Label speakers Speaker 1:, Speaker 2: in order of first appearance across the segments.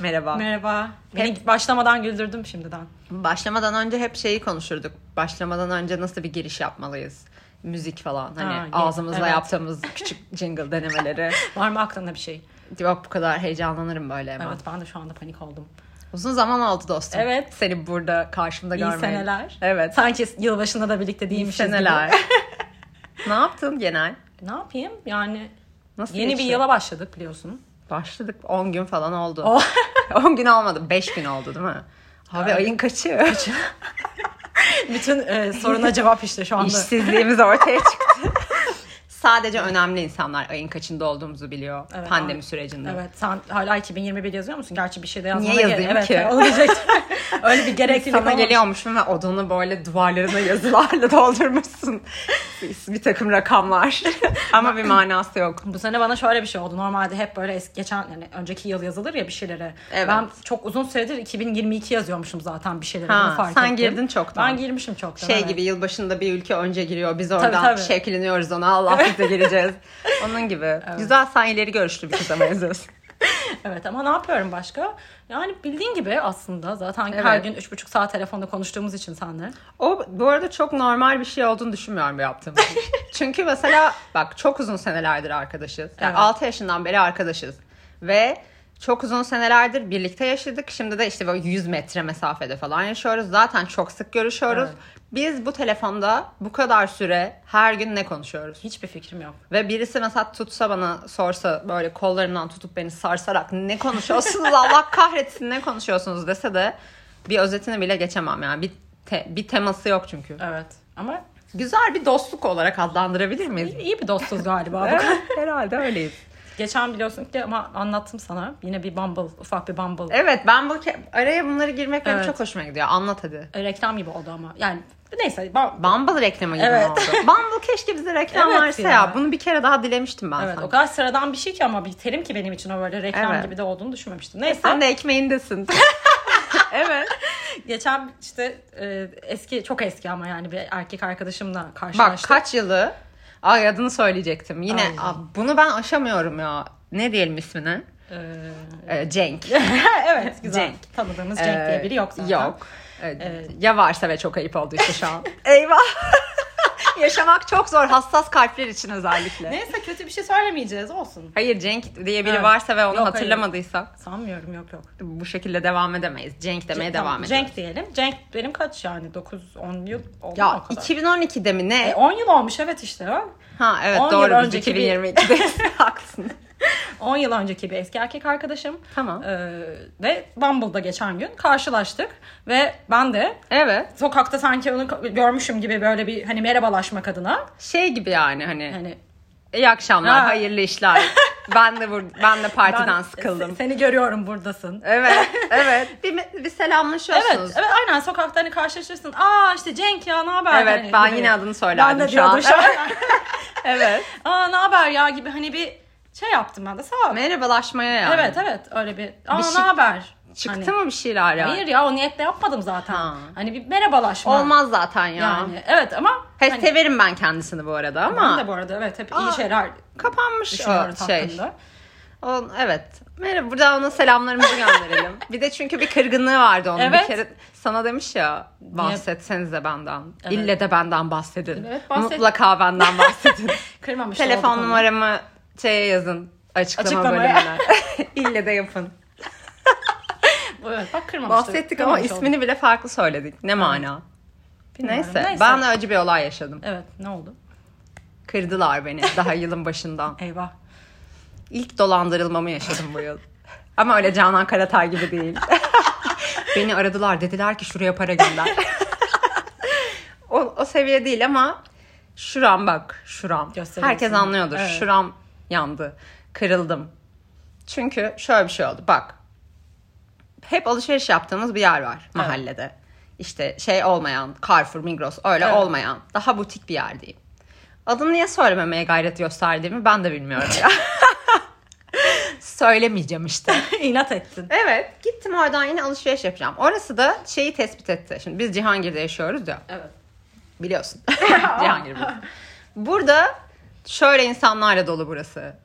Speaker 1: Merhaba.
Speaker 2: Merhaba. Beni başlamadan güldürdüm şimdiden.
Speaker 1: Başlamadan önce hep şeyi konuşurduk. Başlamadan önce nasıl bir giriş yapmalıyız? Müzik falan hani
Speaker 2: Ha, ye-
Speaker 1: ağzımızla
Speaker 2: evet.
Speaker 1: yaptığımız küçük jingle denemeleri.
Speaker 2: Var mı aklında bir şey?
Speaker 1: Yok bu kadar heyecanlanırım böyle hemen.
Speaker 2: Evet ben de şu anda panik oldum.
Speaker 1: Uzun zaman oldu dostum.
Speaker 2: Evet.
Speaker 1: Seni burada karşımda
Speaker 2: İyi
Speaker 1: görmeyi.
Speaker 2: seneler.
Speaker 1: Evet.
Speaker 2: Sanki yılbaşında da birlikte
Speaker 1: İyi
Speaker 2: değilmişiz
Speaker 1: seneler. ne yaptın genel?
Speaker 2: gibi. Ne yapayım? Yani
Speaker 1: Nasıl
Speaker 2: yeni bir
Speaker 1: geçti?
Speaker 2: yıla başladık biliyorsun.
Speaker 1: Başladık 10 gün falan oldu.
Speaker 2: O
Speaker 1: 10 gün olmadı. 5 gün oldu değil mi? Abi ayın kaçı?
Speaker 2: bütün e, soruna cevap işte şu anda.
Speaker 1: İşsizliğimiz ortaya çıktı. Sadece önemli insanlar ayın kaçında olduğumuzu biliyor
Speaker 2: Evet,
Speaker 1: pandemi
Speaker 2: abi.
Speaker 1: sürecinde.
Speaker 2: Evet sen hala 2021 yazıyor musun? Gerçi bir şey de yazmana
Speaker 1: Niye
Speaker 2: gerek-
Speaker 1: yazayım
Speaker 2: evet,
Speaker 1: ki?
Speaker 2: Onu diyecektim. Öyle bir gereklilik
Speaker 1: Sana
Speaker 2: olmamış.
Speaker 1: geliyormuşum ve odanı böyle duvarlarına yazılarla doldurmuşsun. bir takım rakamlar. Ama bir manası yok.
Speaker 2: Bu sene bana şöyle bir şey oldu. Normalde hep böyle eski, geçen yani önceki yıl yazılır ya bir şeylere.
Speaker 1: Evet.
Speaker 2: Ben çok uzun süredir 2022 yazıyormuşum zaten bir şeylere.
Speaker 1: Ha,
Speaker 2: Bunu fark
Speaker 1: sen
Speaker 2: ettim.
Speaker 1: girdin çoktan.
Speaker 2: Ben girmişim çoktan.
Speaker 1: Şey
Speaker 2: evet.
Speaker 1: gibi yılbaşında bir ülke önce giriyor. Biz oradan
Speaker 2: tabii.
Speaker 1: şevkileniyoruz ona. Allah biz de gireceğiz. Onun gibi. Güzel sen ileri görüşlü bir kıza benziyorsun.
Speaker 2: Evet ama ne yapıyorum başka? Yani bildiğin gibi aslında zaten her
Speaker 1: Evet.
Speaker 2: gün 3,5 saat telefonda konuştuğumuz için senle.
Speaker 1: O bu arada çok normal bir şey olduğunu düşünmüyorum bu yaptığım. şey. Çünkü mesela bak çok uzun senelerdir arkadaşız. Yani
Speaker 2: Evet.
Speaker 1: 6 yaşından beri arkadaşız. Ve çok uzun senelerdir birlikte yaşadık. Şimdi de işte böyle 100 metre mesafede falan yaşıyoruz. Zaten çok sık görüşüyoruz. Biz bu telefonda bu kadar süre her gün ne konuşuyoruz?
Speaker 2: Hiçbir fikrim yok.
Speaker 1: Ve birisi mesela tutsa bana sorsa böyle kollarımdan tutup beni sarsarak ne konuşuyorsunuz Allah kahretsin ne konuşuyorsunuz dese de bir özetini bile geçemem yani bir te- bir teması yok çünkü.
Speaker 2: Evet. Ama
Speaker 1: Güzel bir dostluk olarak adlandırabilir miyiz?
Speaker 2: iyi bir dostuz galiba. Bu-
Speaker 1: Evet, Herhalde öyleyiz.
Speaker 2: Geçen biliyorsun ki ama anlattım sana. Yine bir Bumble, ufak bir Bumble.
Speaker 1: Evet ben bu ke- araya bunları girmek benim
Speaker 2: Evet.
Speaker 1: çok hoşuma gidiyor. Anlat hadi.
Speaker 2: E, Reklam gibi oldu ama. Yani neyse. Bum-
Speaker 1: Bumble reklamı gibi
Speaker 2: Evet.
Speaker 1: oldu. Bumble keşke bize reklam
Speaker 2: Evet
Speaker 1: verse ya.
Speaker 2: ya.
Speaker 1: Bunu bir kere daha dilemiştim ben
Speaker 2: Evet
Speaker 1: sana.
Speaker 2: o kadar sıradan bir şey ki ama bir terim ki benim için o böyle reklam
Speaker 1: Evet.
Speaker 2: gibi de olduğunu düşünmemiştim. Neyse
Speaker 1: Sen de ekmeğindesin. evet.
Speaker 2: geçen işte e, eski çok eski ama yani bir erkek arkadaşımla
Speaker 1: Bak
Speaker 2: karşılaştık.
Speaker 1: kaç yılı? Ay adını söyleyecektim. Yine
Speaker 2: Ay.
Speaker 1: Aa, bunu ben aşamıyorum ya. Ne diyelim ismini?
Speaker 2: E,
Speaker 1: Ee, Cenk.
Speaker 2: evet güzel.
Speaker 1: Cenk. Ee,
Speaker 2: Tanıdığımız Cenk diye biri yok zaten.
Speaker 1: Yok. Ee, Ya varsa ve çok ayıp olduysa şu an. Eyvah. Yaşamak çok zor. Hassas kalpler için özellikle.
Speaker 2: Neyse kötü bir şey söylemeyeceğiz olsun.
Speaker 1: Hayır Cenk diye biri
Speaker 2: Evet.
Speaker 1: varsa ve onu
Speaker 2: Yok,
Speaker 1: hatırlamadıysak
Speaker 2: Sanmıyorum yok yok.
Speaker 1: bu şekilde devam edemeyiz. Cenk demeye
Speaker 2: Tamam,
Speaker 1: devam edelim.
Speaker 2: Cenk diyelim. Cenk benim kaç yani 9 10 yıl oldu mu
Speaker 1: Ya
Speaker 2: o kadar.
Speaker 1: 2012'de mi ne?
Speaker 2: E, 10 yıl olmuş evet işte.
Speaker 1: ha evet
Speaker 2: 10 yıl
Speaker 1: doğru biz
Speaker 2: önceki bir-
Speaker 1: 2022'deyiz. Haklısın.
Speaker 2: 10 yıl önceki bir eski erkek arkadaşım.
Speaker 1: Tamam.
Speaker 2: Ee, ve Bumble'da geçen gün karşılaştık ve ben de
Speaker 1: Evet.
Speaker 2: sokakta sanki onu ko- görmüşüm gibi böyle bir hani merhabalaşmak adına
Speaker 1: Şey gibi yani hani
Speaker 2: hani
Speaker 1: İyi akşamlar,
Speaker 2: Ha.
Speaker 1: hayırlı işler. ben de vur- ben de partiden
Speaker 2: ben
Speaker 1: sıkıldım.
Speaker 2: se- seni görüyorum buradasın.
Speaker 1: evet, evet. Bir, mi- bir
Speaker 2: Evet,
Speaker 1: selamlaşıyorsunuz. Evet,
Speaker 2: evet aynen sokakta hani karşılaşırsın. Aa işte Cenk ya ne haber? Hani
Speaker 1: ben
Speaker 2: gibi.
Speaker 1: yine adını
Speaker 2: ben
Speaker 1: söylerdim
Speaker 2: de
Speaker 1: şu an.
Speaker 2: diyordum şu an.
Speaker 1: evet.
Speaker 2: Aa ne haber ya gibi hani bir şey yaptım ben de sağ ol.
Speaker 1: Merhabalaşmaya yani.
Speaker 2: Evet evet öyle bir. Aa
Speaker 1: Bir
Speaker 2: ne
Speaker 1: şey-
Speaker 2: haber?
Speaker 1: Çıktı
Speaker 2: Hani,
Speaker 1: mı bir şeyler yani?
Speaker 2: Hayır ya o niyetle yapmadım zaten.
Speaker 1: Ha.
Speaker 2: Hani bir merhabalaşma.
Speaker 1: Olmaz zaten ya.
Speaker 2: Yani evet ama
Speaker 1: He,
Speaker 2: hani-
Speaker 1: severim ben kendisini bu arada ama
Speaker 2: Ben de bu arada evet hep
Speaker 1: Aa,
Speaker 2: iyi şeyler
Speaker 1: kapanmış
Speaker 2: düşünüyoruz
Speaker 1: o şey.
Speaker 2: hakkında.
Speaker 1: O, evet. Merhaba. Burada ona selamlarımızı gönderelim. bir de çünkü bir kırgınlığı vardı onun.
Speaker 2: Evet.
Speaker 1: Bir kere sana demiş ya bahsetsenize benden.
Speaker 2: Evet.
Speaker 1: İlle de benden bahsedin.
Speaker 2: Evet, bahset-
Speaker 1: Mutlaka benden bahsedin.
Speaker 2: Kırmamış
Speaker 1: Telefon
Speaker 2: olduk onu.
Speaker 1: numaramı şeye yazın. Açıklama,
Speaker 2: Açıklamaya.
Speaker 1: bölümüne. İlle de yapın.
Speaker 2: Evet bak kırmamıştık.
Speaker 1: Bahsettik ama ismini bile farklı söyledik. Ne mana? Neyse,
Speaker 2: Neyse.
Speaker 1: Ben de acı bir olay yaşadım.
Speaker 2: Evet ne oldu?
Speaker 1: Kırdılar beni daha yılın başından.
Speaker 2: Eyvah.
Speaker 1: İlk dolandırılmamı yaşadım bu yıl. Ama öyle Canan Karatay gibi değil. beni aradılar dediler ki şuraya para gönder. o, o seviye değil ama şuram bak şuram.
Speaker 2: Gösteriyorsun.
Speaker 1: Herkes anlıyordur.
Speaker 2: Evet.
Speaker 1: Şuram yandı. Kırıldım. Çünkü şöyle bir şey oldu. Bak hep alışveriş yaptığımız bir yer var mahallede. İşte şey olmayan, Carrefour, Migros öyle
Speaker 2: Evet.
Speaker 1: olmayan, daha butik bir yerdeyim. Adını niye söylememeye gayret gösterdiğimi ben de bilmiyorum ya. Söylemeyeceğim işte.
Speaker 2: İnat ettin.
Speaker 1: Evet, gittim oradan yine alışveriş yapacağım. Orası da şeyi tespit etti. Şimdi biz Cihangir'de yaşıyoruz ya.
Speaker 2: Evet.
Speaker 1: Biliyorsun. Cihangir burası. Burada şöyle insanlarla dolu burası.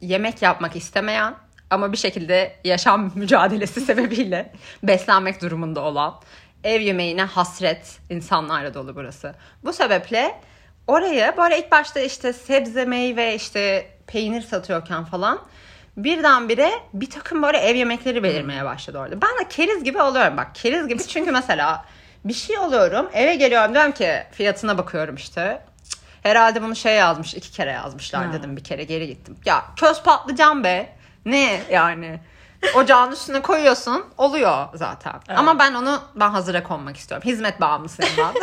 Speaker 1: Yemek yapmak istemeyen ama bir şekilde yaşam mücadelesi sebebiyle beslenmek durumunda olan ev yemeğine hasret insanlarla dolu burası. Bu sebeple oraya böyle ilk başta işte sebze meyve işte peynir satıyorken falan birdenbire bir takım böyle ev yemekleri belirmeye başladı orada. Ben de keriz gibi oluyorum bak keriz gibi çünkü mesela bir şey alıyorum eve geliyorum diyorum ki fiyatına bakıyorum işte. Cık, Herhalde bunu şey yazmış iki kere yazmışlar
Speaker 2: Ha.
Speaker 1: dedim bir kere geri gittim. Ya köz patlıcan be ne yani ocağın üstüne koyuyorsun oluyor zaten. Ama ben onu ben hazıra konmak istiyorum hizmet bağımlısıyım ben.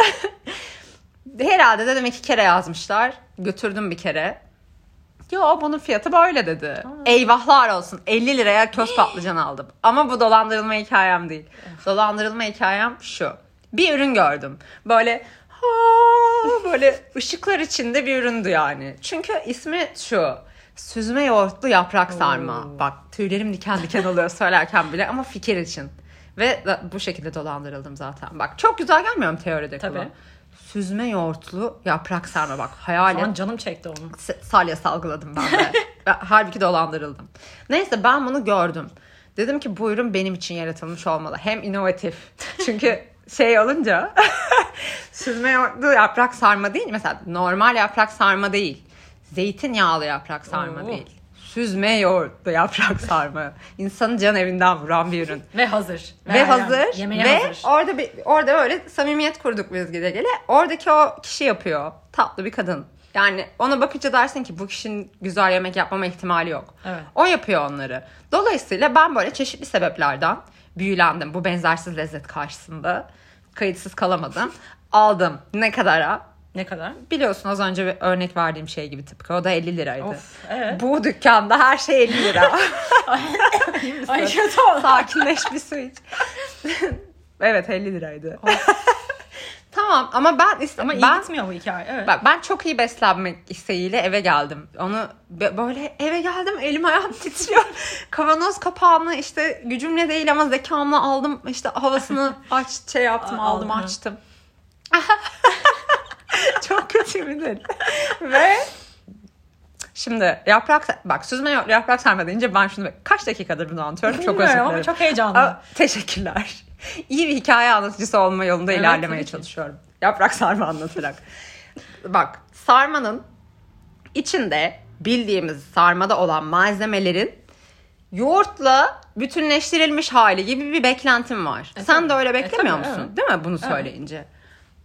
Speaker 1: Herhalde dedim iki kere yazmışlar. Götürdüm bir kere. Yo bunun fiyatı böyle dedi. Eyvahlar olsun 50 liraya köz patlıcan aldım. Ama bu dolandırılma hikayem değil. Dolandırılma hikayem şu. Bir ürün gördüm. Böyle ha, böyle ışıklar içinde bir üründü yani. Çünkü ismi şu. Süzme yoğurtlu yaprak sarma. Bak tüylerim diken diken oluyor söylerken bile ama fikir için. Ve da- bu şekilde dolandırıldım zaten. Bak çok güzel gelmiyor mu teoride kulağa?
Speaker 2: Tabii.
Speaker 1: Süzme yoğurtlu yaprak sarma bak hayal
Speaker 2: Şu an
Speaker 1: et.
Speaker 2: canım çekti onu.
Speaker 1: S- Salya salgıladım ben de. Ben Halbuki dolandırıldım. Neyse ben bunu gördüm. Dedim ki bu ürün benim için yaratılmış olmalı. Hem inovatif. Çünkü şey olunca süzme yoğurtlu yaprak sarma değil. Mesela normal yaprak sarma değil. Zeytinyağlı yaprak sarma
Speaker 2: Oo.
Speaker 1: değil. Süzme yoğurtlu yaprak sarma. İnsanı can evinden vuran bir ürün.
Speaker 2: Ve hazır.
Speaker 1: Ve
Speaker 2: yani
Speaker 1: hazır.
Speaker 2: Yemeğe
Speaker 1: ve
Speaker 2: hazır.
Speaker 1: orada bir orada öyle samimiyet kurduk biz gide gele. Oradaki o kişi yapıyor. Tatlı bir kadın. Yani ona bakınca dersin ki bu kişinin güzel yemek yapmama ihtimali yok.
Speaker 2: Evet.
Speaker 1: O yapıyor onları. Dolayısıyla ben böyle çeşitli sebeplerden büyülendim. Bu benzersiz lezzet karşısında. Kayıtsız kalamadım. Aldım. Ne kadara?
Speaker 2: Ne kadar?
Speaker 1: Biliyorsun az önce bir örnek verdiğim şey gibi tıpkı. O da 50 liraydı.
Speaker 2: Of, evet.
Speaker 1: Bu dükkanda her şey 50 lira.
Speaker 2: Ay kötü oldu.
Speaker 1: Sakinleş bir su iç. evet 50 liraydı. tamam ama ben iste-
Speaker 2: Ama iyi
Speaker 1: ben
Speaker 2: gitmiyor bu hikaye. Evet.
Speaker 1: bak ben çok iyi beslenmek isteğiyle eve geldim. Onu bö- böyle eve geldim elim ayağım titriyor. Kavanoz kapağını işte gücümle değil ama zekamla aldım. İşte havasını aç şey yaptım
Speaker 2: Al-
Speaker 1: aldım
Speaker 2: aldın, ha.
Speaker 1: açtım. çok kötü bir dil. Ve Şimdi yaprak bak süzme yo- yaprak sarma deyince ben şunu kaç dakikadır bunu anlatıyorum çok özür
Speaker 2: Bilmiyorum ama
Speaker 1: dilerim.
Speaker 2: çok heyecanlı.
Speaker 1: Aa, teşekkürler. İyi bir hikaye anlatıcısı olma yolunda
Speaker 2: Evet,
Speaker 1: ilerlemeye
Speaker 2: tabii ki.
Speaker 1: çalışıyorum. Yaprak sarma anlatarak. Bak sarmanın içinde bildiğimiz sarmada olan malzemelerin yoğurtla bütünleştirilmiş hali gibi bir beklentim var. Sen
Speaker 2: tabii.
Speaker 1: de öyle
Speaker 2: E,
Speaker 1: beklemiyor
Speaker 2: tabii,
Speaker 1: musun?
Speaker 2: evet.
Speaker 1: Değil mi bunu söyleyince?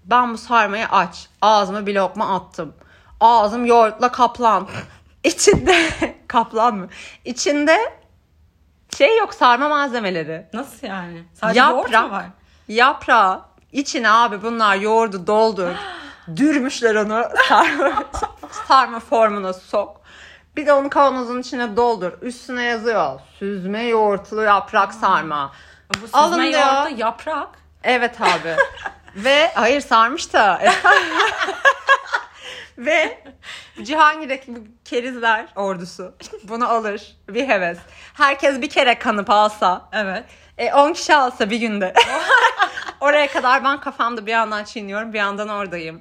Speaker 1: Ben bu sarmayı aç. Ağzıma bir lokma attım. Ağzım yoğurtla kaplan. İçinde kaplan mı? İçinde şey yok sarma malzemeleri.
Speaker 2: Nasıl yani? Sadece yoğurt mu var?
Speaker 1: Yaprak. Yaprağı. içine abi bunlar yoğurdu doldur. Dürmüşler onu sarma, sarma formuna sok. Bir de onu kavanozun içine doldur. Üstüne yazıyor. Süzme yoğurtlu yaprak sarma.
Speaker 2: Bu süzme
Speaker 1: Alın diyor.
Speaker 2: yoğurtta yaprak.
Speaker 1: Evet abi. Ve hayır sarmış da. Ve Cihangir'deki bu kerizler ordusu bunu alır bir heves. Herkes bir kere kanıp alsa.
Speaker 2: Evet.
Speaker 1: E 10 kişi alsa bir günde. Oraya kadar ben kafamda bir yandan çiğniyorum bir yandan oradayım.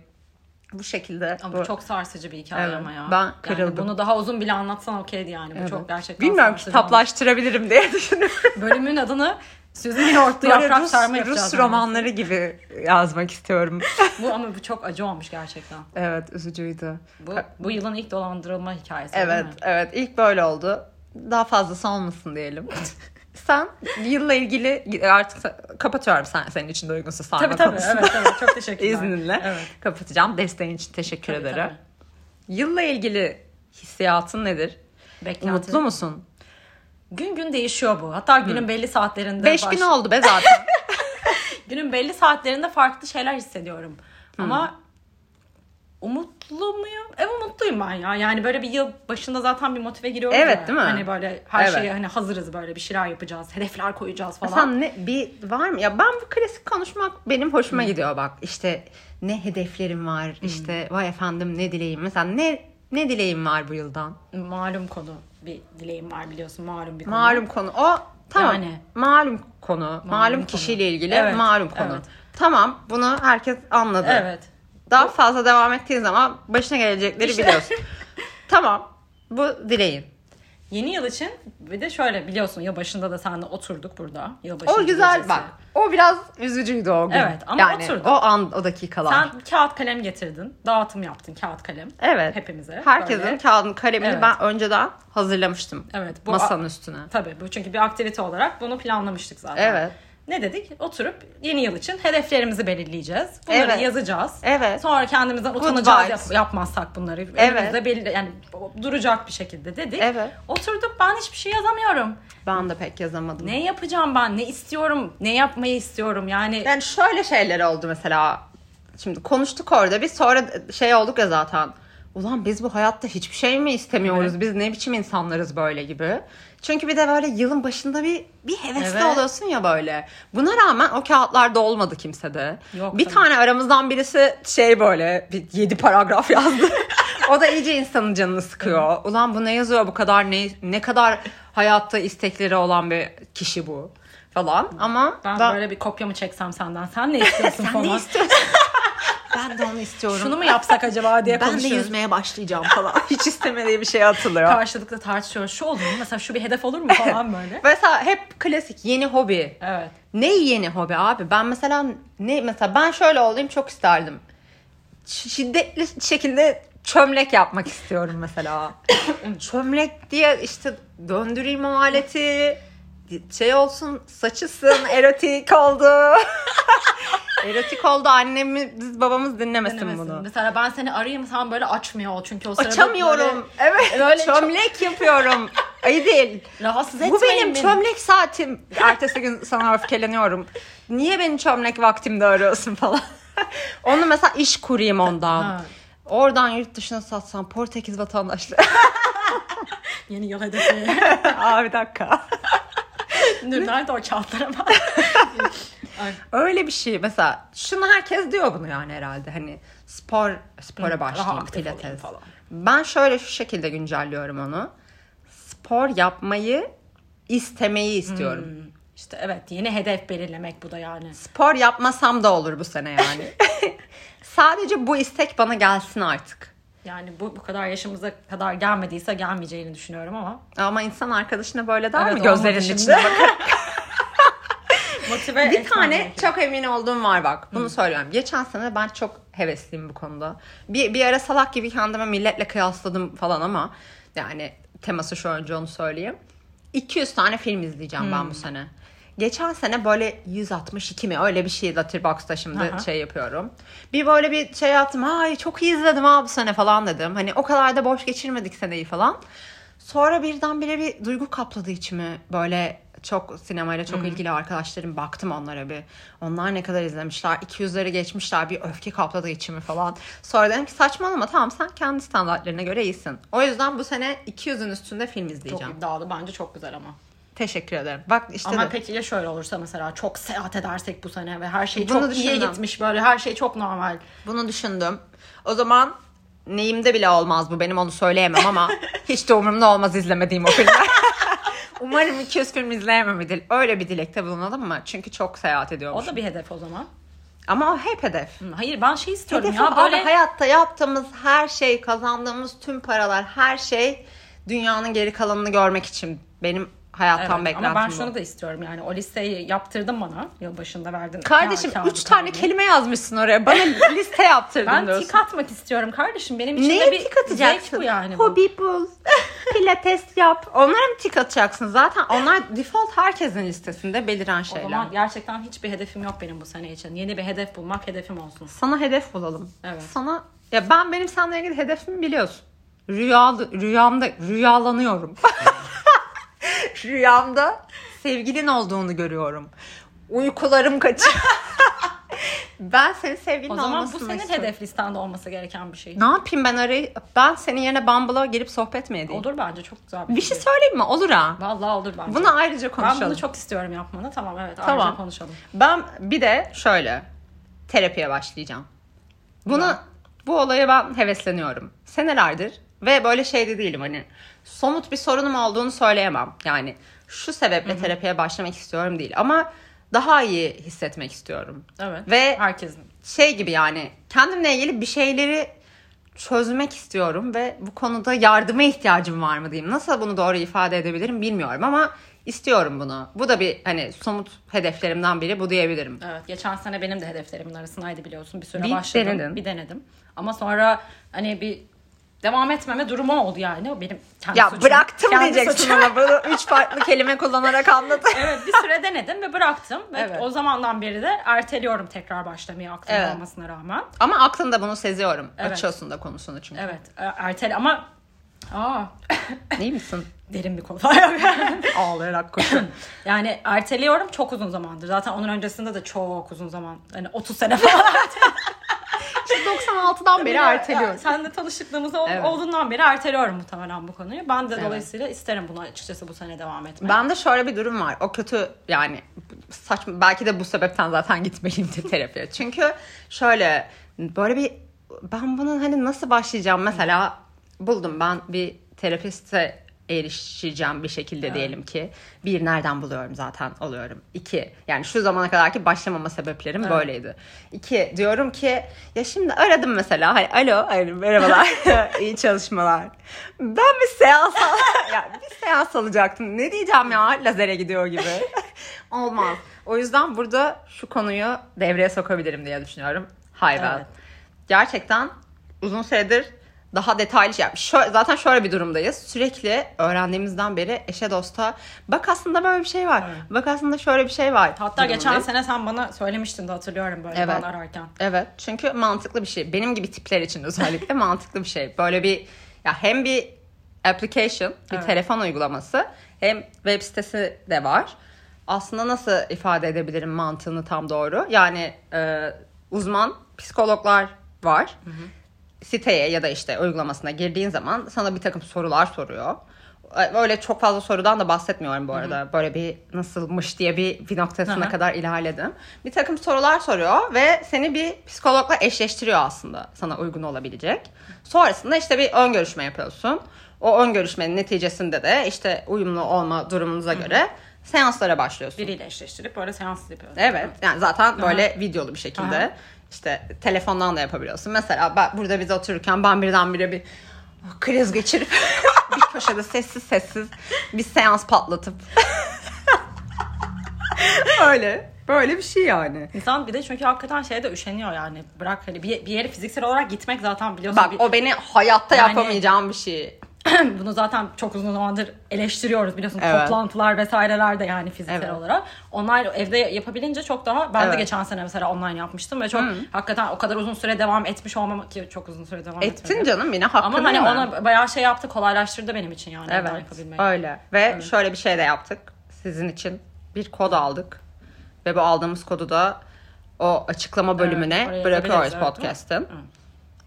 Speaker 1: Bu şekilde.
Speaker 2: Ama bu çok sarsıcı bir hikaye
Speaker 1: Evet,
Speaker 2: ama ya.
Speaker 1: ben
Speaker 2: Yani
Speaker 1: kırıldım.
Speaker 2: bunu daha uzun bile anlatsan okeydi yani. Bu çok gerçekten
Speaker 1: Bilmiyorum
Speaker 2: sarsıcı
Speaker 1: kitaplaştırabilirim diye düşünüyorum.
Speaker 2: olmuş. Bölümün adını Süzme yoğurtlu
Speaker 1: Böyle
Speaker 2: yaprak
Speaker 1: Rus,
Speaker 2: sarma yapacağız.
Speaker 1: Rus
Speaker 2: yani.
Speaker 1: romanları gibi yazmak istiyorum.
Speaker 2: Bu ama bu çok acı olmuş gerçekten.
Speaker 1: evet üzücüydü.
Speaker 2: Bu, bu yılın ilk dolandırılma hikayesi
Speaker 1: Evet,
Speaker 2: değil mi?
Speaker 1: evet. İlk böyle oldu. Daha fazlası olmasın diyelim. Sen yılla ilgili artık sa- kapatıyorum sen, senin için de uygunsa sarma
Speaker 2: Tabii tabii.
Speaker 1: konusunu.
Speaker 2: Evet, evet. Çok teşekkürler.
Speaker 1: İzninle
Speaker 2: Evet.
Speaker 1: kapatacağım. Desteğin için teşekkür
Speaker 2: Tabii,
Speaker 1: ederim. Yılla ilgili hissiyatın nedir?
Speaker 2: Beklentim.
Speaker 1: Mutlu musun?
Speaker 2: Gün gün değişiyor bu. Hatta günün belli saatlerinde.
Speaker 1: Beş
Speaker 2: baş-
Speaker 1: gün oldu be zaten.
Speaker 2: Günün belli saatlerinde farklı şeyler hissediyorum. Ama umutlu muyum? Evet umutluyum ben ya. Yani böyle bir yıl başında zaten bir motive giriyorum
Speaker 1: Evet,
Speaker 2: ya.
Speaker 1: değil mi?
Speaker 2: Hani böyle her
Speaker 1: Evet.
Speaker 2: şeye hani hazırız böyle bir şeyler yapacağız. Hedefler koyacağız falan.
Speaker 1: Sen ne bir var mı? Ya ben bu klasik konuşmak benim hoşuma gidiyor bak. İşte ne hedeflerim var? işte vay efendim ne dileğim? Mesela ne ne dileğim var bu yıldan?
Speaker 2: Malum konu bir dileğim var biliyorsun. Malum bir konu.
Speaker 1: Malum konu. O tamam.
Speaker 2: Yani.
Speaker 1: Malum konu. Malum,
Speaker 2: konu.
Speaker 1: kişiyle ilgili
Speaker 2: Evet,
Speaker 1: malum konu.
Speaker 2: evet.
Speaker 1: Tamam. Bunu herkes anladı.
Speaker 2: Evet.
Speaker 1: Daha fazla devam ettiğin zaman başına gelecekleri
Speaker 2: İşte.
Speaker 1: biliyorsun. tamam. Bu dileğin.
Speaker 2: Yeni yıl için bir de şöyle biliyorsun yıl başında da seninle oturduk burada. Yılbaşı
Speaker 1: O güzel
Speaker 2: gecesi.
Speaker 1: bak. O biraz üzücüydü o gün.
Speaker 2: Evet, ama
Speaker 1: yani,
Speaker 2: oturduk.
Speaker 1: O an o dakikalar.
Speaker 2: Sen kağıt kalem getirdin. Dağıtım yaptın kağıt kalem.
Speaker 1: evet.
Speaker 2: Hepimize.
Speaker 1: Herkesin
Speaker 2: böyle.
Speaker 1: kağıdını kalemini
Speaker 2: Evet.
Speaker 1: ben önceden hazırlamıştım.
Speaker 2: Evet, bu-
Speaker 1: Masanın üstüne.
Speaker 2: Tabii bu çünkü bir aktivite olarak bunu planlamıştık zaten.
Speaker 1: Evet.
Speaker 2: Ne dedik? Oturup yeni yıl için hedeflerimizi belirleyeceğiz. Bunları
Speaker 1: Evet.
Speaker 2: yazacağız.
Speaker 1: Evet.
Speaker 2: Sonra kendimizden utanacağız
Speaker 1: vibes.
Speaker 2: yap- yapmazsak bunları.
Speaker 1: Evet.
Speaker 2: Önümüzde belli yani duracak bir şekilde dedik.
Speaker 1: Evet.
Speaker 2: Oturduk ben hiçbir şey yazamıyorum.
Speaker 1: Ben de pek yazamadım.
Speaker 2: Ne yapacağım ben? Ne istiyorum? Ne yapmayı istiyorum? Yani
Speaker 1: Hani Yani şöyle şeyler oldu mesela. Şimdi konuştuk orada bir sonra şey olduk ya zaten. Ulan biz bu hayatta hiçbir şey mi istemiyoruz? Biz ne biçim insanlarız böyle gibi. Çünkü bir de böyle yılın başında bir bir hevesli
Speaker 2: Evet.
Speaker 1: oluyorsun ya böyle. Buna rağmen o kağıtlar da olmadı kimsede.
Speaker 2: Yok
Speaker 1: bir
Speaker 2: tabii.
Speaker 1: tane aramızdan birisi şey böyle bir yedi paragraf yazdı. o da iyice insanın canını sıkıyor. Ulan bu ne yazıyor bu kadar ne ne kadar hayatta istekleri olan bir kişi bu falan ama
Speaker 2: ben
Speaker 1: ben-
Speaker 2: böyle bir kopya mı çeksem senden? Sen ne istiyorsun
Speaker 1: sen
Speaker 2: falan?
Speaker 1: ne istiyorsun? ben de onu istiyorum.
Speaker 2: Şunu mu yapsak acaba diye
Speaker 1: ben de
Speaker 2: konuşuyoruz.
Speaker 1: yüzmeye başlayacağım falan. Hiç istemediği bir şey atılıyor.
Speaker 2: Karşılıklı tartışıyoruz. Şu olur mu? Mesela şu bir hedef olur mu falan böyle.
Speaker 1: Mesela hep klasik yeni hobi.
Speaker 2: Evet.
Speaker 1: Ne yeni hobi abi? Ben mesela ne mesela ben şöyle olayım çok isterdim. Ş- Şiddetli şekilde çömlek yapmak istiyorum mesela. çömlek diye işte döndüreyim o aleti. Şey olsun saçısın erotik oldu. erotik oldu annemiz babamız dinlemesin,
Speaker 2: Denemesin.
Speaker 1: bunu.
Speaker 2: Mesela ben seni arayayım sen böyle açmıyor ol. çünkü o sırada
Speaker 1: Açamıyorum. Evet.
Speaker 2: böyle çok-
Speaker 1: çömlek yapıyorum. Ayı değil.
Speaker 2: böyle rahatsız etmeyin
Speaker 1: Bu benim
Speaker 2: beni.
Speaker 1: çömlek saatim. Ertesi gün sana öfkeleniyorum. Niye beni çömlek vaktimde arıyorsun falan. Onu mesela iş kurayım ondan.
Speaker 2: Ha.
Speaker 1: Oradan yurt dışına satsam Portekiz vatandaşlığı.
Speaker 2: Yeni yıl hedefi.
Speaker 1: Abi bir dakika.
Speaker 2: Dur nerede o kağıtlara bak. Ay,
Speaker 1: Öyle bir şey mesela şunu herkes diyor bunu yani herhalde hani spor spora başlayayım
Speaker 2: aktif olayım
Speaker 1: pilates
Speaker 2: falan.
Speaker 1: Ben şöyle şu şekilde güncelliyorum onu. Spor yapmayı istemeyi istiyorum.
Speaker 2: Hmm. İşte evet yeni hedef belirlemek bu da yani.
Speaker 1: Spor yapmasam da olur bu sene yani. Sadece bu istek bana gelsin artık.
Speaker 2: Yani bu, bu kadar yaşımıza kadar gelmediyse gelmeyeceğini düşünüyorum ama
Speaker 1: Ama insan arkadaşına böyle der
Speaker 2: Evet,
Speaker 1: mi
Speaker 2: olmadı
Speaker 1: gözlerinin
Speaker 2: şimdi.
Speaker 1: içine bakarak?
Speaker 2: motive
Speaker 1: Bir
Speaker 2: etmem
Speaker 1: tane
Speaker 2: gerekiyor.
Speaker 1: çok emin olduğum var bak. Bunu söylüyorum. Geçen sene ben çok hevesliyim bu konuda. Bir, bir ara salak gibi kendime milletle kıyasladım falan ama yani teması şu önce onu söyleyeyim. 200 tane film izleyeceğim ben bu sene. Geçen sene böyle 162 mi öyle bir şey Letterboxd'da şimdi
Speaker 2: Aha.
Speaker 1: şey yapıyorum. Bir böyle bir şey yaptım. Ay çok iyi izledim abi bu sene falan dedim. Hani o kadar da boş geçirmedik seneyi falan. Sonra birdenbire bir duygu kapladı içimi. Böyle çok sinemayla çok ilgili arkadaşlarım baktım onlara bir. Onlar ne kadar izlemişler. 200'leri geçmişler. Bir öfke kapladı içimi falan. Sonra dedim ki saçmalama tamam sen kendi standartlarına göre iyisin. O yüzden bu sene 200'ün üstünde film
Speaker 2: çok
Speaker 1: izleyeceğim.
Speaker 2: iddialı bence çok güzel ama.
Speaker 1: Teşekkür ederim. Bak işte
Speaker 2: Ama
Speaker 1: de-
Speaker 2: peki ya şöyle olursa mesela çok seyahat edersek bu sene ve her şey
Speaker 1: Bunu
Speaker 2: çok iyiye
Speaker 1: düşündüm.
Speaker 2: gitmiş böyle her şey çok normal.
Speaker 1: Bunu düşündüm. O zaman neyimde bile olmaz bu. Benim onu söyleyemem ama hiç de umurumda olmaz izlemediğim o filmler. Umarım 200 film izleyemem bir dil. Öyle bir dilekte bulunalım mı? Çünkü çok seyahat
Speaker 2: O
Speaker 1: ediyormuş.
Speaker 2: da bir hedef o zaman.
Speaker 1: Ama o hep hedef.
Speaker 2: Hı, Hayır ben şey istiyorum
Speaker 1: Hedefim
Speaker 2: ya
Speaker 1: böyle...
Speaker 2: böyle
Speaker 1: hayatta yaptığımız her şey, kazandığımız tüm paralar, her şey dünyanın geri kalanını görmek için benim hayattan
Speaker 2: Evet,
Speaker 1: beklentim
Speaker 2: ama ben
Speaker 1: bu.
Speaker 2: şunu da istiyorum yani o listeyi yaptırdın bana yılbaşında verdin.
Speaker 1: Kardeşim
Speaker 2: Ka-
Speaker 1: 3
Speaker 2: kağıdı,
Speaker 1: tane
Speaker 2: kalemi.
Speaker 1: kelime yazmışsın oraya. Bana liste yaptırdın
Speaker 2: Ben
Speaker 1: diyorsun.
Speaker 2: tik atmak istiyorum kardeşim benim için
Speaker 1: Neye
Speaker 2: de bir
Speaker 1: tik atacaksın?
Speaker 2: zevk bu yani. bu.
Speaker 1: Hobi bul. Pilates yap. Onlara mı tik atacaksın? Zaten onlar default herkesin listesinde beliren
Speaker 2: O
Speaker 1: şeyler.
Speaker 2: zaman gerçekten hiçbir hedefim yok benim bu sene için. Yeni bir hedef bulmak hedefim olsun.
Speaker 1: Sana hedef bulalım.
Speaker 2: Evet.
Speaker 1: Sana ya ben benim seninle ilgili hedefimi biliyorsun. Rüya, rüyamda rüyalanıyorum. rüyamda sevgilin olduğunu görüyorum. Uykularım kaçıyor. ben senin sevgilin
Speaker 2: O zaman bu
Speaker 1: olmasını
Speaker 2: senin
Speaker 1: istiyorum.
Speaker 2: hedef listende olması gereken bir şey.
Speaker 1: Ne yapayım ben arayı? Ben senin yerine Bumble'a gelip sohbet mi edeyim?
Speaker 2: Olur bence çok güzel
Speaker 1: Bir şey söyleyeyim mi? Olur ha.
Speaker 2: Vallahi olur bence.
Speaker 1: Bunu ayrıca
Speaker 2: ben
Speaker 1: konuşalım. Ben,
Speaker 2: bunu çok istiyorum yapmanı. Tamam evet
Speaker 1: Tamam.
Speaker 2: ayrıca konuşalım.
Speaker 1: bir de şöyle terapiye başlayacağım. Bunu bu olaya ben hevesleniyorum. Senelerdir ve böyle şeyde değilim hani somut bir sorunum olduğunu söyleyemem. Yani şu sebeple terapiye başlamak istiyorum değil ama daha iyi hissetmek istiyorum.
Speaker 2: Evet.
Speaker 1: Ve
Speaker 2: herkesin.
Speaker 1: şey gibi yani kendimle ilgili bir şeyleri çözmek istiyorum ve bu konuda yardıma ihtiyacım var mı diyeyim. Nasıl bunu doğru ifade edebilirim bilmiyorum ama istiyorum bunu. Bu da bir hani somut hedeflerimden biri bu diyebilirim.
Speaker 2: Evet geçen sene benim de hedeflerimin arasındaydı biliyorsun. Bir süre
Speaker 1: Bir
Speaker 2: başladım.
Speaker 1: denedin.
Speaker 2: Bir denedim. Ama sonra hani bir devam etmeme durumu oldu yani. O benim kendi
Speaker 1: Ya
Speaker 2: suçum.
Speaker 1: bıraktım
Speaker 2: Kendi
Speaker 1: diyeceksin
Speaker 2: suçum.
Speaker 1: ama bunu üç farklı kelime kullanarak anlat.
Speaker 2: evet bir süre denedim ve bıraktım. Ve
Speaker 1: Evet.
Speaker 2: o zamandan beri de erteliyorum tekrar başlamayı aklımda
Speaker 1: Evet.
Speaker 2: olmasına rağmen.
Speaker 1: ama aklında bunu seziyorum.
Speaker 2: Evet.
Speaker 1: Açıyorsun da konusunu çünkü.
Speaker 2: Evet e, ertele ama aa,
Speaker 1: Değil misin?
Speaker 2: derin bir konu. Yok.
Speaker 1: Ağlayarak koşuyorum.
Speaker 2: Yani erteliyorum çok uzun zamandır. Zaten onun öncesinde de çok uzun zaman. Hani 30 sene falan.
Speaker 1: 96'dan beri erteliyorum.
Speaker 2: Sen de tanışıklığımız ol-
Speaker 1: Evet.
Speaker 2: olduğundan beri erteliyorum muhtemelen bu konuyu. Ben de
Speaker 1: Evet.
Speaker 2: dolayısıyla isterim bunu açıkçası bu sene devam etmek.
Speaker 1: Ben de şöyle bir durum var. O kötü yani saçma belki de bu sebepten zaten gitmeliyim de terapiye. Çünkü şöyle böyle bir ben bunun hani nasıl başlayacağım mesela buldum ben bir terapiste erişeceğim bir şekilde diyelim ki. Bir nereden buluyorum zaten alıyorum. İki yani şu zamana kadarki başlamama sebeplerim böyleydi. İki diyorum ki ya şimdi aradım mesela hani alo hani merhabalar iyi çalışmalar. Ben bir seans al- ya bir seans alacaktım. Ne diyeceğim ya lazere gidiyor gibi. Olmaz. O yüzden burada şu konuyu devreye sokabilirim diye düşünüyorum. Hayır ben
Speaker 2: Evet.
Speaker 1: gerçekten uzun süredir daha detaylı şey yapmış. Şö- zaten şöyle bir durumdayız. Sürekli öğrendiğimizden beri eşe dosta bak aslında böyle bir şey var. Bak aslında şöyle bir şey var.
Speaker 2: Hatta geçen
Speaker 1: durumundayız.
Speaker 2: sene sen bana söylemiştin de hatırlıyorum böyle
Speaker 1: Evet.
Speaker 2: ben ararken.
Speaker 1: Evet çünkü mantıklı bir şey. Benim gibi tipler için özellikle mantıklı bir şey. Böyle bir ya hem bir application bir
Speaker 2: Evet.
Speaker 1: telefon uygulaması hem web sitesi de var. Aslında nasıl ifade edebilirim mantığını tam doğru? Yani e, uzman psikologlar var. Siteye ya da işte uygulamasına girdiğin zaman sana bir takım sorular soruyor. E, Öyle çok fazla sorudan da bahsetmiyorum bu arada. Böyle bir nasılmış diye bir, bir noktasına
Speaker 2: Aha.
Speaker 1: kadar ilerledim. Bir takım sorular soruyor ve seni bir psikologla eşleştiriyor aslında sana uygun olabilecek. Sonrasında işte bir ön görüşme yapıyorsun. O ön görüşmenin neticesinde de işte uyumlu olma durumunuza göre seanslara başlıyorsun.
Speaker 2: Biriyle eşleştirip böyle seans yapıyoruz.
Speaker 1: Evet. Yani zaten böyle videolu bir şekilde.
Speaker 2: Aha.
Speaker 1: işte telefondan da yapabiliyorsun. Mesela ben, burada biz otururken ben birdenbire bir kriz geçirip bir köşede sessiz sessiz bir seans patlatıp öyle böyle bir şey yani.
Speaker 2: İnsan bir de çünkü hakikaten şeye de üşeniyor yani. Bırak hani bir, bir yere fiziksel olarak gitmek zaten biliyorsun.
Speaker 1: Bak
Speaker 2: bir-
Speaker 1: o beni hayatta
Speaker 2: Yani-
Speaker 1: yapamayacağım bir şey.
Speaker 2: bunu zaten çok uzun zamandır eleştiriyoruz biliyorsun
Speaker 1: Evet.
Speaker 2: toplantılar vesaireler de yani fiziksel
Speaker 1: Evet.
Speaker 2: olarak. Online evde yapabilince çok daha ben
Speaker 1: Evet. Hmm.
Speaker 2: de geçen sene mesela online yapmıştım ve çok hakikaten o kadar uzun süre devam etmiş olmam ki çok uzun süre devam
Speaker 1: Ettin
Speaker 2: etmedi.
Speaker 1: canım yine hakkını
Speaker 2: Ama hani ona bayağı şey yaptı kolaylaştırdı benim için yani evden
Speaker 1: Evet.
Speaker 2: yapabilmeyi.
Speaker 1: Öyle. Ve şöyle bir şey de yaptık. Sizin için bir kod aldık. Ve bu aldığımız kodu da o açıklama bölümüne
Speaker 2: oraya
Speaker 1: bırakıyoruz
Speaker 2: yazabiliriz, evet,
Speaker 1: podcast'ın.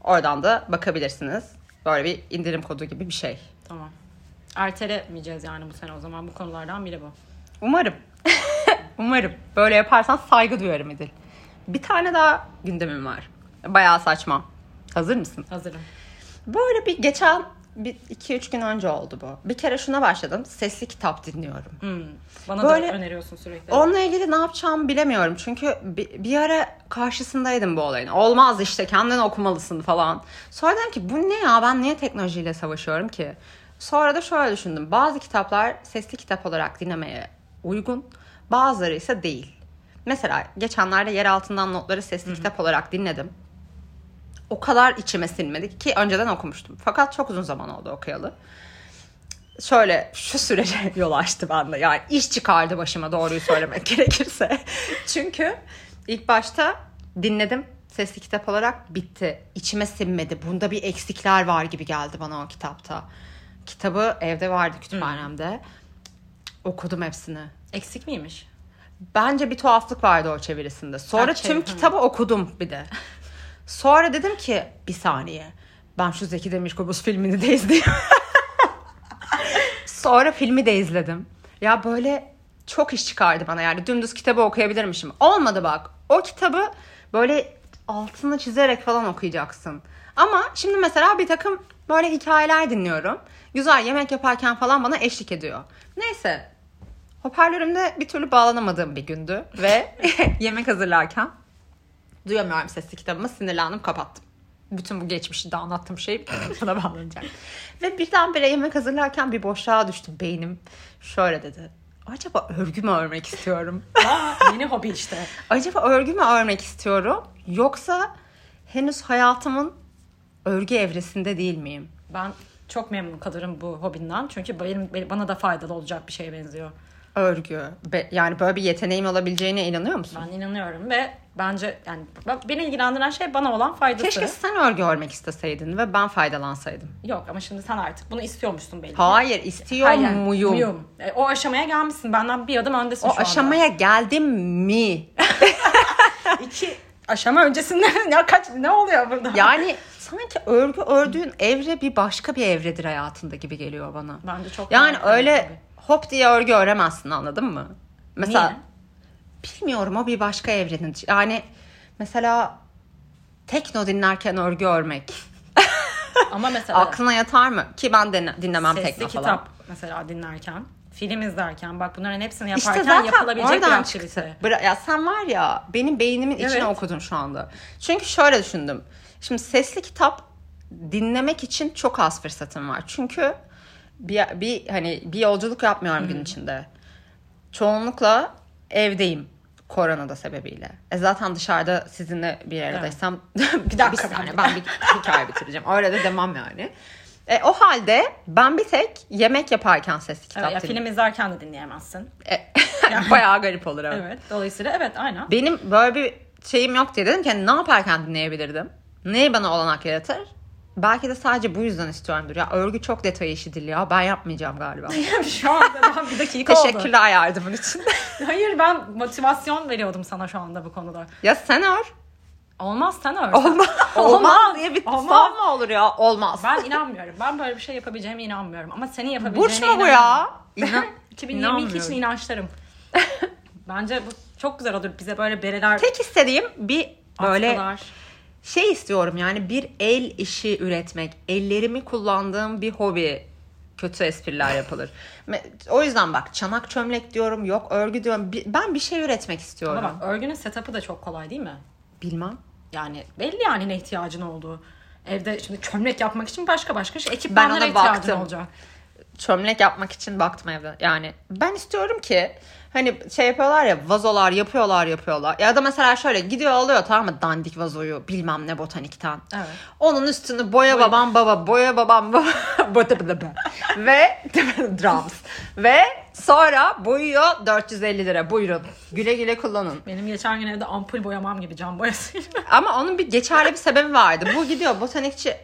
Speaker 1: Oradan da bakabilirsiniz. Böyle bir indirim kodu gibi bir şey.
Speaker 2: Tamam. Ertelemeyeceğiz yani bu sene o zaman bu konulardan biri bu.
Speaker 1: Umarım. Umarım. Böyle yaparsan saygı duyarım Edil. Bir tane daha gündemim var. Bayağı saçma. Hazır mısın?
Speaker 2: Hazırım.
Speaker 1: Böyle bir geçen bir, iki üç gün önce oldu bu. Bir kere şuna başladım. Sesli kitap dinliyorum.
Speaker 2: Hmm. Bana
Speaker 1: Böyle-
Speaker 2: da öneriyorsun sürekli.
Speaker 1: Onunla ilgili ne yapacağımı bilemiyorum. Çünkü bir, bir ara karşısındaydım bu olayın. Olmaz işte kendin okumalısın falan. Sonra dedim ki bu ne ya ben niye teknolojiyle savaşıyorum ki? Sonra da şöyle düşündüm. Bazı kitaplar sesli kitap olarak dinlemeye uygun. Bazıları ise değil. Mesela geçenlerde yer altından notları sesli kitap olarak dinledim. O kadar içime sinmedi ki önceden okumuştum. Fakat çok uzun zaman oldu okuyalı şöyle şu sürece yol açtı bende. Yani iş çıkardı başıma doğruyu söylemek gerekirse. Çünkü ilk başta dinledim. Sesli kitap olarak bitti. İçime sinmedi. Bunda bir eksikler var gibi geldi bana o kitapta. Kitabı evde vardı kütüphanemde. Okudum hepsini.
Speaker 2: Eksik miymiş?
Speaker 1: Bence bir tuhaflık vardı o çevirisinde. Sonra
Speaker 2: Ha, çevir-
Speaker 1: tüm
Speaker 2: hı.
Speaker 1: kitabı okudum bir de. Sonra dedim ki bir saniye ben şu Zeki Demirkubuz filmini de izleyeyim. Sonra filmi de izledim. Ya böyle çok iş çıkardı bana yani dümdüz kitabı okuyabilirmişim. Olmadı bak. O kitabı böyle altını çizerek falan okuyacaksın. Ama şimdi mesela bir takım böyle hikayeler dinliyorum. Güzel yemek yaparken falan bana eşlik ediyor. Neyse Hoparlörümde bir türlü bağlanamadığım bir gündü ve yemek hazırlarken duyamıyorum sesli kitabımı sinirlendim kapattım. bütün bu geçmişi de anlattığım şey buna bağlanacak. Ve birdenbire yemek hazırlarken bir boşluğa düştüm beynim. Şöyle dedi. Acaba örgü mü örmek istiyorum?
Speaker 2: Aa, yeni hobi işte.
Speaker 1: Acaba örgü mü örmek istiyorum? Yoksa henüz hayatımın örgü evresinde değil miyim?
Speaker 2: Ben çok memnun kalırım bu hobinden. Çünkü benim, benim- bana da faydalı olacak bir şeye benziyor.
Speaker 1: Örgü. Be- yani böyle bir yeteneğim olabileceğine inanıyor musun?
Speaker 2: Ben inanıyorum ve bence yani ben- beni ilgilendiren şey bana olan faydası.
Speaker 1: Keşke sen örgü örmek isteseydin ve ben faydalansaydım.
Speaker 2: Yok ama şimdi sen artık bunu istiyormuşsun belli. ki.
Speaker 1: Hayır istiyor
Speaker 2: Hayır, yani
Speaker 1: muyum?
Speaker 2: E, o aşamaya gelmişsin. Benden bir adım öndesin
Speaker 1: O
Speaker 2: şu anda.
Speaker 1: aşamaya geldim mi?
Speaker 2: İki aşama öncesinde ya kaç ne oluyor burada?
Speaker 1: Yani sanki örgü ördüğün evre bir başka bir evredir hayatında gibi geliyor bana.
Speaker 2: Bence çok
Speaker 1: Yani
Speaker 2: önemli
Speaker 1: öyle hop diye örgü öremezsin anladın mı? Mesela
Speaker 2: Niye?
Speaker 1: bilmiyorum o bir başka evrenin. Yani mesela tekno dinlerken örgü örmek
Speaker 2: Ama mesela
Speaker 1: aklına yatar mı? Ki ben de dinlemem
Speaker 2: sesli
Speaker 1: tekno
Speaker 2: kitap
Speaker 1: falan.
Speaker 2: mesela dinlerken, film izlerken bak bunların hepsini
Speaker 1: İşte
Speaker 2: yaparken
Speaker 1: zaten
Speaker 2: yapılabilecek bir
Speaker 1: oradan
Speaker 2: aktivite.
Speaker 1: çıktı. Bıra- ya sen var ya benim beynimin içine
Speaker 2: Evet.
Speaker 1: okudun şu anda. Çünkü şöyle düşündüm. Şimdi sesli kitap dinlemek için çok az fırsatım var. Çünkü bir, bir hani bir yolculuk yapmıyorum gün içinde. Çoğunlukla evdeyim korona da sebebiyle. E zaten dışarıda sizinle bir aradaysam bir dakika
Speaker 2: dakika,
Speaker 1: bir saniye,
Speaker 2: bir
Speaker 1: ben bir hikaye bitireceğim. Öyle de demem yani. E, o halde ben bir tek yemek yaparken sesli kitap
Speaker 2: Evet, ya
Speaker 1: dinliyorum.
Speaker 2: film izlerken de dinleyemezsin.
Speaker 1: E, Bayağı garip olur evet.
Speaker 2: Evet. Dolayısıyla evet aynen.
Speaker 1: Benim böyle bir şeyim yok diye dedim ki hani ne yaparken dinleyebilirdim? Neyi bana olanak yaratır? Belki de sadece bu yüzden istiyorumdur. Ya örgü çok detay işidir ya. Ben yapmayacağım galiba.
Speaker 2: şu anda ben bir dakika oldu.
Speaker 1: Teşekkürler yardımın için.
Speaker 2: Hayır ben motivasyon veriyordum sana şu anda bu konuda.
Speaker 1: ya sen ör.
Speaker 2: Olmaz sen öyle.
Speaker 1: Olmaz. Olmaz diye bir
Speaker 2: Olmaz.
Speaker 1: son mu olur ya? Olmaz.
Speaker 2: Ben inanmıyorum. Ben böyle bir şey yapabileceğime inanmıyorum. Ama senin yapabileceğine
Speaker 1: Burç mu bu
Speaker 2: inanıyorum.
Speaker 1: ya? İnan-
Speaker 2: 2022 için
Speaker 1: İnanmıyorum.
Speaker 2: inançlarım. Bence bu çok güzel olur. Bize böyle bereler,
Speaker 1: Tek istediğim bir böyle
Speaker 2: atkılar.
Speaker 1: şey istiyorum yani bir el işi üretmek. Ellerimi kullandığım bir hobi. Kötü espriler yapılır. Me- o yüzden bak çanak çömlek diyorum yok örgü diyorum. Bi- Ben bir şey üretmek istiyorum.
Speaker 2: Ama bak örgünün setup'ı da çok kolay değil mi?
Speaker 1: Bilmem.
Speaker 2: Yani belli yani ne ihtiyacın olduğu. Evde şimdi çömlek yapmak için başka başka şey,
Speaker 1: Ben
Speaker 2: ekipmanlara
Speaker 1: ona
Speaker 2: ihtiyacın
Speaker 1: baktım.
Speaker 2: olacak.
Speaker 1: Çömlek yapmak için baktım evde. Yani ben istiyorum ki hani şey yapıyorlar ya vazolar yapıyorlar yapıyorlar. Ya da mesela şöyle gidiyor alıyor tamam mı dandik vazoyu bilmem ne botanikten.
Speaker 2: Evet.
Speaker 1: Onun üstünü boya babam baba boya babam baba bata bata bata. ve drums ve sonra boyuyor 450 lira buyurun güle güle kullanın.
Speaker 2: Benim geçen gün evde ampul boyamam gibi cam boyasıyla.
Speaker 1: Ama onun bir geçerli bir sebebi vardı. Bu gidiyor botanikçi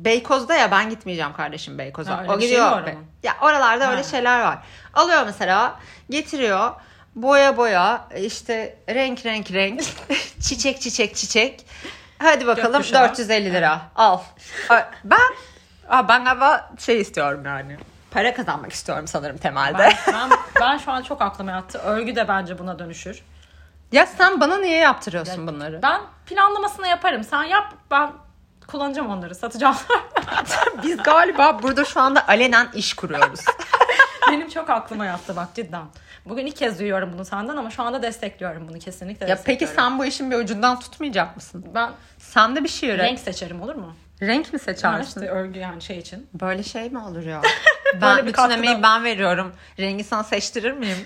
Speaker 1: Beykoz'da ya ben gitmeyeceğim kardeşim Beykoz'a.
Speaker 2: Ha, öyle
Speaker 1: o
Speaker 2: bir şey
Speaker 1: gidiyor.
Speaker 2: mi var ama?
Speaker 1: ya oralarda öyle
Speaker 2: Ha.
Speaker 1: şeyler var. Alıyor mesela, getiriyor. Boya boya işte renk renk renk çiçek çiçek çiçek. Hadi bakalım
Speaker 2: Gökkuşağı.
Speaker 1: 450 lira al. Ö- Ben Aa, ben galiba şey istiyorum yani. Para kazanmak istiyorum sanırım temelde.
Speaker 2: Ben, ben, ben şu an çok aklıma yattı. Örgü de bence buna dönüşür.
Speaker 1: ya sen bana niye yaptırıyorsun bunları?
Speaker 2: Ben planlamasını yaparım. Sen yap ben kullanacağım onları satacağım.
Speaker 1: Biz galiba burada şu anda alenen iş kuruyoruz.
Speaker 2: Benim çok aklıma yattı bak cidden. Bugün ilk kez duyuyorum bunu senden ama şu anda destekliyorum bunu kesinlikle.
Speaker 1: Ya peki
Speaker 2: destekliyorum.
Speaker 1: sen bu işin bir ucundan tutmayacak mısın?
Speaker 2: ben
Speaker 1: Sen de bir şey üret.
Speaker 2: renk
Speaker 1: Renk,
Speaker 2: seçerim olur mu?
Speaker 1: mi
Speaker 2: Yani
Speaker 1: seçersin?
Speaker 2: işte örgü yani şey için.
Speaker 1: Böyle şey mi olur ya?
Speaker 2: Böyle
Speaker 1: ben
Speaker 2: bir
Speaker 1: bütün
Speaker 2: katkıda-
Speaker 1: emeği ben veriyorum. Rengi sana seçtirir miyim?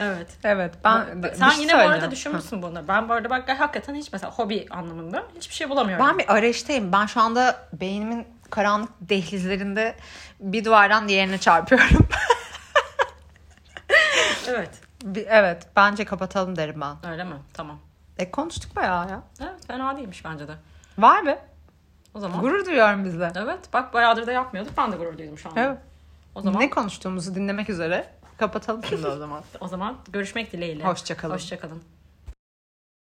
Speaker 2: Evet.
Speaker 1: Evet. Ben
Speaker 2: Sen
Speaker 1: bir şey
Speaker 2: yine bu arada
Speaker 1: söyleyeceğim.
Speaker 2: düşünmüşsün bunu. Ben bu arada bak hakikaten hiç mesela hobi anlamında hiçbir şey bulamıyorum.
Speaker 1: Ben bir arayıştayım. Ben şu anda beynimin karanlık dehlizlerinde bir duvardan diğerine çarpıyorum.
Speaker 2: Evet.
Speaker 1: Bir- evet. Bence kapatalım derim ben.
Speaker 2: Öyle mi? Tamam.
Speaker 1: E konuştuk bayağı ya.
Speaker 2: Evet fena değilmiş bence de.
Speaker 1: Var mı?
Speaker 2: O zaman.
Speaker 1: Gurur duyuyorum bizle.
Speaker 2: Evet bak bayağıdır da yapmıyorduk. Ben de gurur duydum şu anda.
Speaker 1: Evet.
Speaker 2: O zaman
Speaker 1: Ne konuştuğumuzu dinlemek üzere. Kapatalım şimdi o zaman.
Speaker 2: o zaman görüşmek dileğiyle.
Speaker 1: Hoşça kalın.
Speaker 2: Hoşça kalın.